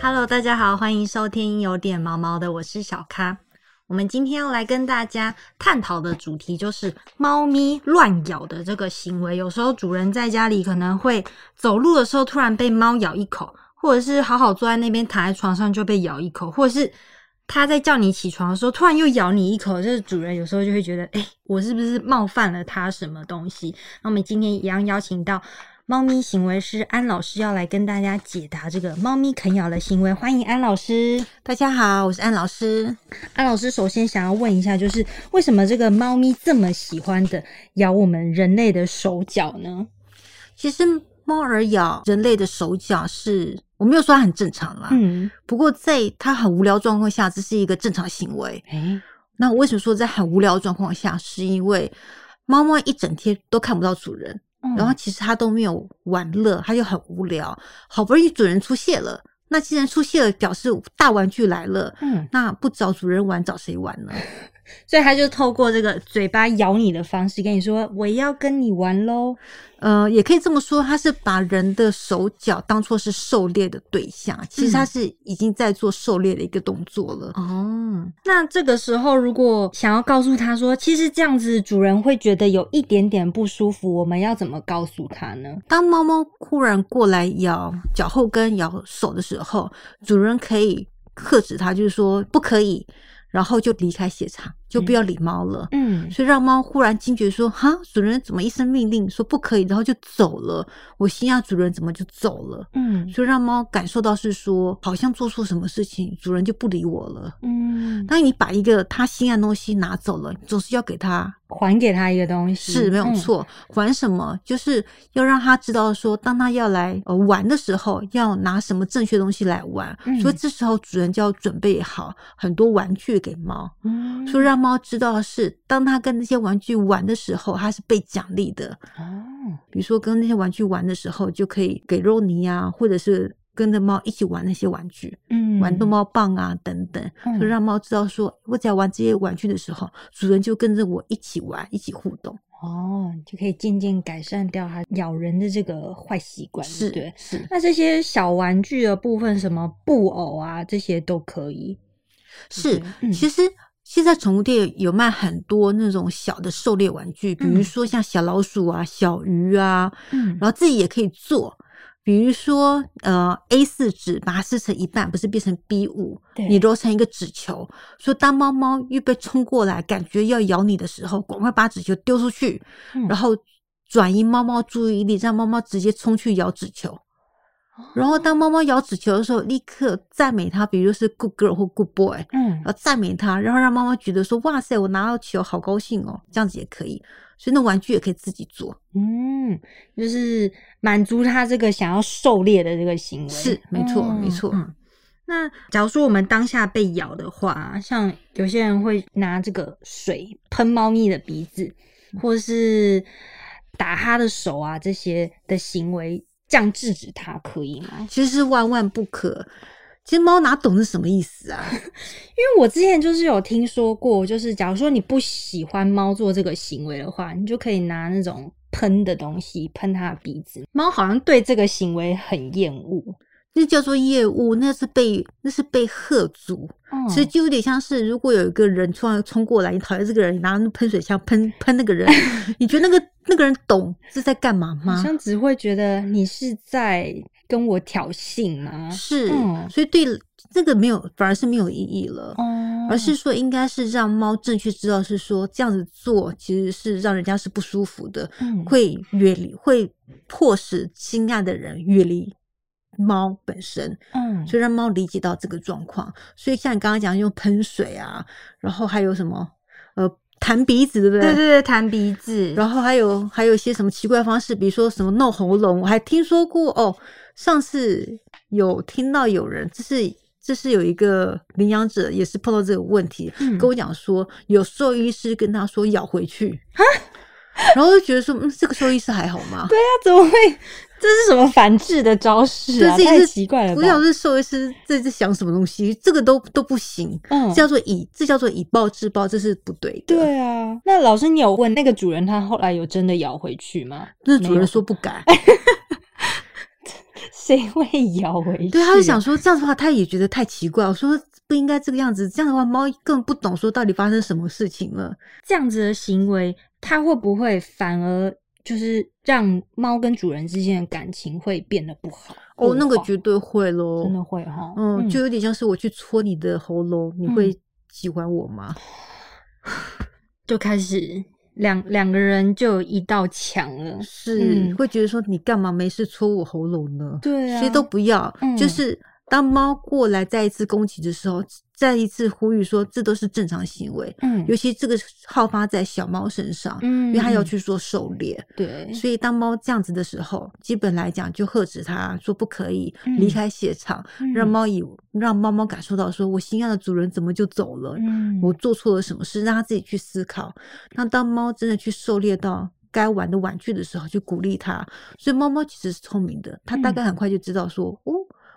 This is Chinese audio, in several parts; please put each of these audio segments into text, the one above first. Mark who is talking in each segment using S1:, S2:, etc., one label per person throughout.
S1: Hello，大家好，欢迎收听有点毛毛的，我是小咖。我们今天要来跟大家探讨的主题就是猫咪乱咬的这个行为。有时候主人在家里可能会走路的时候突然被猫咬一口，或者是好好坐在那边躺在床上就被咬一口，或者是它在叫你起床的时候突然又咬你一口，就是主人有时候就会觉得，哎、我是不是冒犯了它什么东西？那我们今天一样邀请到猫咪行为师安老师要来跟大家解答这个猫咪啃咬的行为。欢迎安老师。
S2: 大家好，我是安老师。
S1: 安老师首先想要问一下，就是为什么这个猫咪这么喜欢的咬我们人类的手脚呢？
S2: 其实猫儿咬人类的手脚是，我没有说它很正常啦，
S1: 嗯，
S2: 不过在它很无聊状况下，这是一个正常行为。
S1: 哎、
S2: 那我为什么说在很无聊的状况下，是因为猫猫一整天都看不到主人，然
S1: 然
S2: 后
S1: 后
S2: 其实它都没有玩乐，它就很无聊。好不容易主人出现了，那既然出现了，表示大玩具来了。
S1: 嗯，
S2: 那不找主人玩，找谁玩呢？
S1: 所以它就透过这个嘴巴咬你的方式跟你说：“我要跟你玩喽。
S2: 呃，也可以这么说，它是把人的手脚当做是狩猎的对象，其实
S1: 嗯
S2: 它是已经在做狩猎的一个动作了”。
S1: 哦，那这个时候如果想要告诉它说，其实这样子主人会觉得有一点点不舒服，我们要怎么告诉它呢？
S2: 当猫猫忽然过来咬脚后跟、咬手的时候，主人可以克制它，就是说不可以，然后就离开现场，就不要理猫了。
S1: 嗯，
S2: 所以让猫忽然惊觉说：“哈，主人怎么一声命令说不可以，然后就走了？我心想主人怎么就走了？
S1: 嗯
S2: 所以让猫感受到是说，好像做错什么事情，主人就不理我了。
S1: 嗯，
S2: 当你把一个他心爱的东西拿走了，你总是要给他
S1: 还给它一个东西
S2: 是没有
S1: 嗯
S2: 错，还什么就是要让他知道说，当他要来呃玩的时候，要拿什么正确的东西来玩。
S1: 嗯
S2: 所以这时候主人就要准备好很多玩具给猫，
S1: 嗯
S2: 所以让猫知道是当他跟那些玩具玩的时候，它是被奖励的。
S1: 哦，
S2: 比如说跟那些玩具玩的时候，就可以给肉泥啊，或者是跟着猫一起玩那些玩具，
S1: 嗯
S2: 玩逗猫棒啊等等。
S1: 嗯
S2: 就让猫知道说，我只要玩这些玩具的时候，主人就跟着我一起玩，一起互动。
S1: 哦，就可以渐渐改善掉它咬人的这个坏习惯，对
S2: 是
S1: 不对。
S2: 是
S1: 那这些小玩具的部分，什么布偶啊，这些都可以。
S2: 是
S1: 嗯，
S2: 其实现在宠物店有卖很多那种小的狩猎玩具，比如
S1: 嗯
S2: 说像小老鼠啊、小鱼啊，
S1: 嗯
S2: 然后自己也可以做。比如说，呃，A 四纸把它撕成一半，不是变成 B 五，
S1: 对
S2: 你揉成一个纸球。所以当猫猫预备冲过来，感觉要咬你的时候，赶快把纸球丢出去，
S1: 嗯
S2: 然后转移猫猫注意力，让猫猫直接冲去咬纸球。然后当猫猫咬纸球的时候，立刻赞美它，比如是 good girl 或 good boy，
S1: 嗯
S2: 然后赞美它，然后让猫猫觉得说哇塞，我拿到球好高兴哦，这样子也可以。所以那玩具也可以自己做，
S1: 嗯，就是满足它这个想要狩猎的这个行为。
S2: 是没错，没
S1: 嗯
S2: 错。
S1: 嗯那假如说我们当下被咬的话，啊像有些人会拿这个水喷猫咪的鼻子，或是打它的手啊，这些的行为，这样制止它可以吗？
S2: 其实是万万不可。其实猫哪懂是什么意思啊？
S1: 因为我之前就是有听说过，就是假如说你不喜欢猫做这个行为的话，你就可以拿那种喷的东西喷它的鼻子。猫好像对这个行为很厌恶，
S2: 那叫做业务，那是被那是被喝阻，其实
S1: 是
S2: 就有点像哦是，如果有一个人突然冲过来，你讨厌这个人，你拿那喷水枪喷喷那 个人，你觉得那个那个人懂是在干嘛
S1: 好
S2: 吗？
S1: 像只会觉得你是在跟我挑衅吗？
S2: 是，
S1: 嗯
S2: 所以对这个没有，反而是没有意义了。
S1: 哦
S2: 而是说，应该是让猫正确知道是说这样子做其实是让人家是不舒服的，
S1: 嗯
S2: 会远离，会迫使心爱的人远离猫本身，
S1: 嗯
S2: 所以让猫理解到这个状况。所以像你刚刚讲用喷水啊，然后还有什么呃弹鼻子，对不对？
S1: 对对对，弹鼻子，
S2: 然后还有还有一些什么奇怪的方式，比如说什么弄喉咙，我还听说过哦。上次有听到有人，这是这是有一个领养者也是碰到这个问题，
S1: 嗯
S2: 跟我讲说有兽医师跟他说咬回去， 然后就觉得说嗯，这个兽医师还好吗？
S1: 啊对啊，怎么会？这是什么反制的招式啊？
S2: 这
S1: 太
S2: 是
S1: 奇怪了
S2: 我想
S1: 吧？
S2: 这兽医师这是想什么东西？这个都都不行，
S1: 嗯
S2: 这叫做以这叫做以暴制暴，这是不对的。，
S1: 对啊，那老师，你有问那个主人他后来有真的咬回去吗？
S2: 那
S1: 没
S2: 主
S1: 有
S2: 人说不敢，
S1: 谁会咬回去？
S2: 对，他就想说这样的话，他也觉得太奇怪。我说不应该这个样子，这样的话猫更不懂说到底发生什么事情了。
S1: 这样子的行为，它会不会反而就是让猫跟主人之间的感情会变得不好？
S2: 哦，那个
S1: 恶化
S2: 绝对会咯。
S1: 真的会哈，
S2: 嗯，就有点像是我去戳你的喉咙，你
S1: 嗯
S2: 会喜欢我吗？
S1: 就开始两两个人就有一道墙了。
S2: 是、
S1: 嗯
S2: 会觉得说你干嘛没事戳我喉咙呢？
S1: 对啊，
S2: 谁都不要，
S1: 嗯
S2: 就是当猫过来再一次攻击的时候，再一次呼吁说这都是正常行为，
S1: 嗯
S2: 尤其这个好发在小猫身上，
S1: 嗯
S2: 因为它要去做狩猎，
S1: 对
S2: 所以当猫这样子的时候，基本来讲就呵斥它说不可以
S1: 嗯
S2: 离开现场，让
S1: 嗯
S2: 猫以让猫猫感受到说我心爱的主人怎么就走了，
S1: 嗯
S2: 我做错了什么事，让它自己去思考。那当猫真的去狩猎到该玩的玩具的时候，去鼓励它。所以猫猫其实是聪明的，它大
S1: 嗯
S2: 概很快就知道说，哦，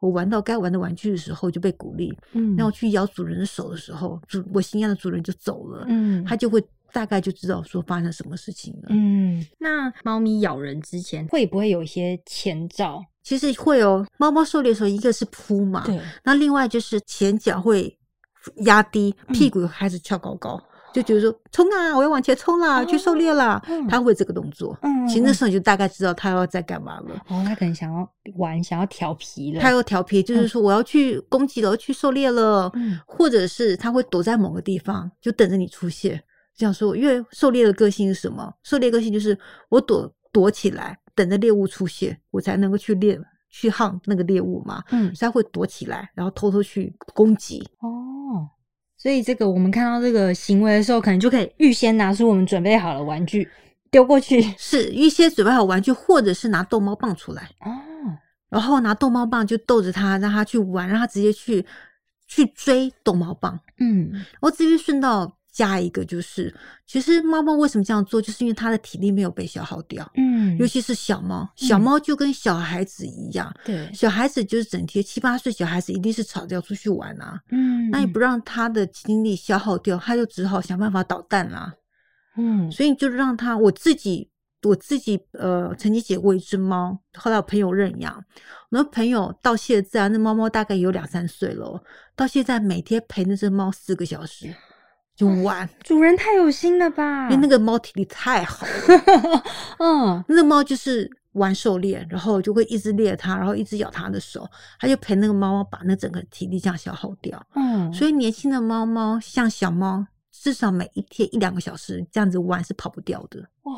S2: 我玩到该玩的玩具的时候就被鼓励。
S1: 嗯
S2: 那我去咬主人的手的时候，主我心爱的主人就走了，
S1: 嗯
S2: 它就会大概就知道说发生什么事情了。
S1: 嗯，那猫咪咬人之前会不会有一些前兆？
S2: 其实会哦，猫猫狩猎的时候，一个是扑嘛，
S1: 对，
S2: 那另外就是前脚会压低，
S1: 嗯
S2: 屁股开始翘高高，就觉得说冲啊，我要往前冲啦，
S1: 哦
S2: 去狩猎啦
S1: 嗯，
S2: 他会这个动作。
S1: 嗯
S2: 其实那
S1: 嗯
S2: 时候你就大概知道他要在干嘛了。
S1: 哦，它可能想要玩，想要调皮了。
S2: 他又调皮，就是说我要去攻击了，我要去狩猎了，
S1: 嗯
S2: 或者是他会躲在某个地方，就等着你出现。这样说，因为狩猎的个性是什么？狩猎个性就是我躲躲起来，等着猎物出现，我才能够去猎去夯那个猎物嘛。
S1: 嗯
S2: 所以他会躲起来，然后偷偷去攻击。
S1: 哦，所以这个我们看到这个行为的时候，可能就可以预先拿出我们准备好的玩具丢过去。
S2: 是一些准备好玩具，或者是拿逗猫棒出来，
S1: 哦，
S2: 然后拿逗猫棒就逗着它，让它去玩，让它直接去去追逗猫棒。
S1: 嗯
S2: 我至于顺道加一个，就是其实猫猫为什么这样做，就是因为它的体力没有被消耗掉，
S1: 嗯
S2: 尤其是小猫，小
S1: 嗯
S2: 猫就跟小孩子一样。
S1: 对，
S2: 小孩子就是整天七八岁，小孩子一定是吵着要出去玩啊，
S1: 嗯，
S2: 那你不让他的精力消耗掉，他就只好想办法捣蛋啦、
S1: 嗯
S2: 所以就让它，我自己我自己呃，曾经解过一只猫，后来我朋友认养，我那朋友到现在那猫猫大概有两三岁了哦，到现在每天陪那只猫四个小时。就
S1: 哎
S2: 玩，
S1: 主人太有心了吧？
S2: 因为那个猫体力太好了，
S1: 嗯
S2: 那个猫就是玩狩猎，然后就会一直猎它，然后一直咬它的手，它就陪那个猫猫把那整个体力这样消耗掉。
S1: 嗯，
S2: 所以年轻的猫猫像小猫，至少每一天一两个小时这样子玩是跑不掉的。
S1: 哇，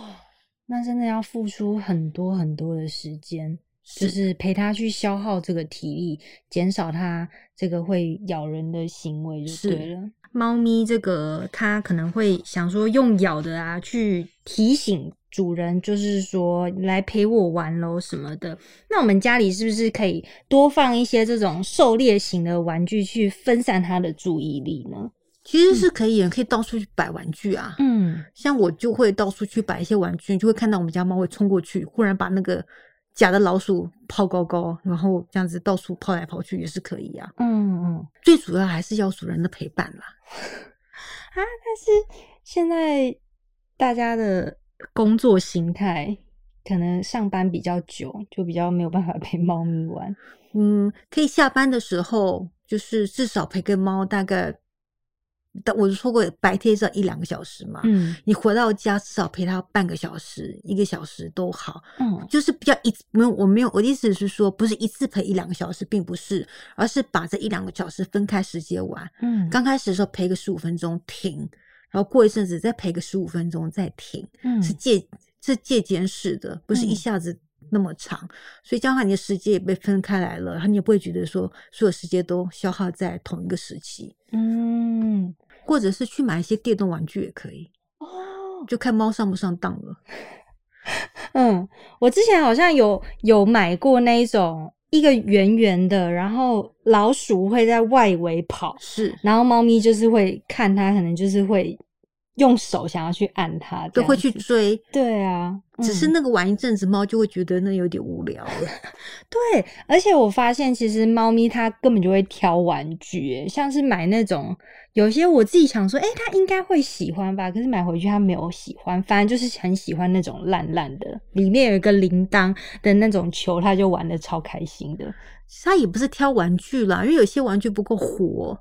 S1: 那真的要付出很多很多的时间，就是是陪它去消耗这个体力，减少它这个会咬人的行为就是对了。猫咪这个，它可能会想说用咬的啊，去提醒主人，就是说来陪我玩喽什么的。那我们家里是不是可以多放一些这种狩猎型的玩具，去分散它的注意力呢？
S2: 其实是可以，也可以到处去摆玩具啊。
S1: 嗯，
S2: 像我就会到处去摆一些玩具，就会看到我们家猫会冲过去，忽然把那个假的老鼠抛高高，然后这样子到处抛来抛去也是可以啊。
S1: 嗯嗯。
S2: 最主要还是要主人的陪伴啦。
S1: 啊，但是现在大家的工作形态，可能上班比较久，就比较没有办法陪 猫咪玩。
S2: 嗯，可以下班的时候，就是至少陪个猫大概，但我就说过白天是要一两个小时嘛。
S1: 嗯
S2: 你回到家至少陪它半个小时、一个小时都好，
S1: 嗯
S2: 就是比较一没有，我没有我的意思是说，不是一次陪一两个小时，并不是，而是把这一两个小时分开时间玩。
S1: 嗯，
S2: 刚开始的时候陪个十五分钟停，然后过一阵子再陪个十五分钟再停，
S1: 嗯
S2: 是借是借间式的，不是一
S1: 嗯
S2: 下子那么长。所以这样的话，你的时间也被分开来了，然后你也不会觉得说所有时间都消耗在同一个时期，
S1: 嗯
S2: 或者是去买一些电动玩具也可以，
S1: 哦
S2: 就看猫上不上当了。
S1: 嗯，我之前好像有有买过那一种一个圆圆的，然后老鼠会在外围跑，
S2: 是，
S1: 然后猫咪就是会看它，可能就是会用手想要去按它，
S2: 都会去
S1: 这样子。
S2: 追。
S1: 对啊，
S2: 只是
S1: 嗯
S2: 那个玩一阵子，猫就会觉得那有点无聊了。
S1: 对，而且我发现其实猫咪它根本就会挑玩具耶，像是买那种有些我自己想说，哎、它应该会喜欢吧，可是买回去它没有喜欢，反正就是很喜欢那种烂烂的，里面有一个铃铛的那种球，它就玩的超开心的，
S2: 它也不是挑玩具啦，因为有些玩具不够活，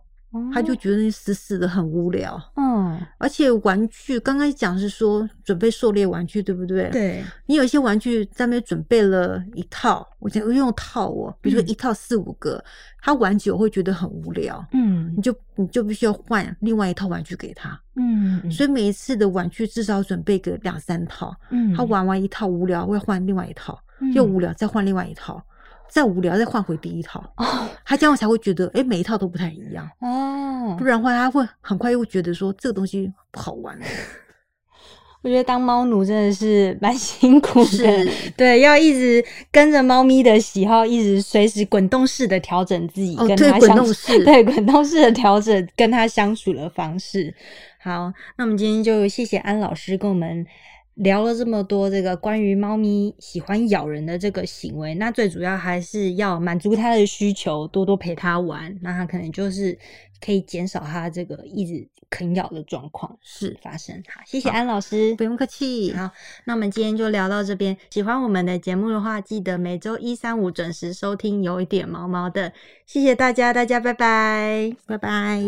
S2: 它就
S1: 哦
S2: 觉得那死死的很无聊。
S1: 嗯，
S2: 而且玩具刚刚讲是说准备狩猎玩具，对不对？，
S1: 对，
S2: 你有一些玩具在那边准备了一套，我讲我用套哦，比如说
S1: 嗯
S2: 一套四五个，它玩久会觉得很无聊，
S1: 嗯
S2: 你就你就必须要换另外一套玩具给它。
S1: 嗯，
S2: 所以每一次的玩具至少准备个两三套，
S1: 以
S2: 它玩完一套无聊会换另外一套，
S1: 嗯
S2: 又无聊再换另外一套。再无聊，再换回第一套，
S1: 哦
S2: 它这样才会觉得，哎，每一套都不太一样，
S1: 哦
S2: 不，然的话，它会很快又会觉得说这个东西不好玩。
S1: 我觉得当猫奴真的是蛮辛苦的，
S2: 是哦
S1: 对，要一直跟着猫咪的喜好，一直随时滚动式的调整自己
S2: 哦
S1: 跟
S2: 对
S1: 它
S2: 滚
S1: 相
S2: 动
S1: 处，
S2: 式
S1: 对滚动式的调整跟它相处的方式。好，那我们今天就谢谢安老师跟我们。聊了这么多这个关于猫咪喜欢咬人的这个行为，那最主要还是要满足它的需求，多多陪它玩，那它可能就是可以减少它这个一直啃咬的状况。
S2: 是，
S1: 发生。好，谢谢安老师
S2: 不。用客气。
S1: 好，那我们今天就聊到这边。喜欢我们的节目的话，记得每周一、三、五准时收听。有一点毛毛的，谢谢大家，大家拜拜。
S2: 拜拜。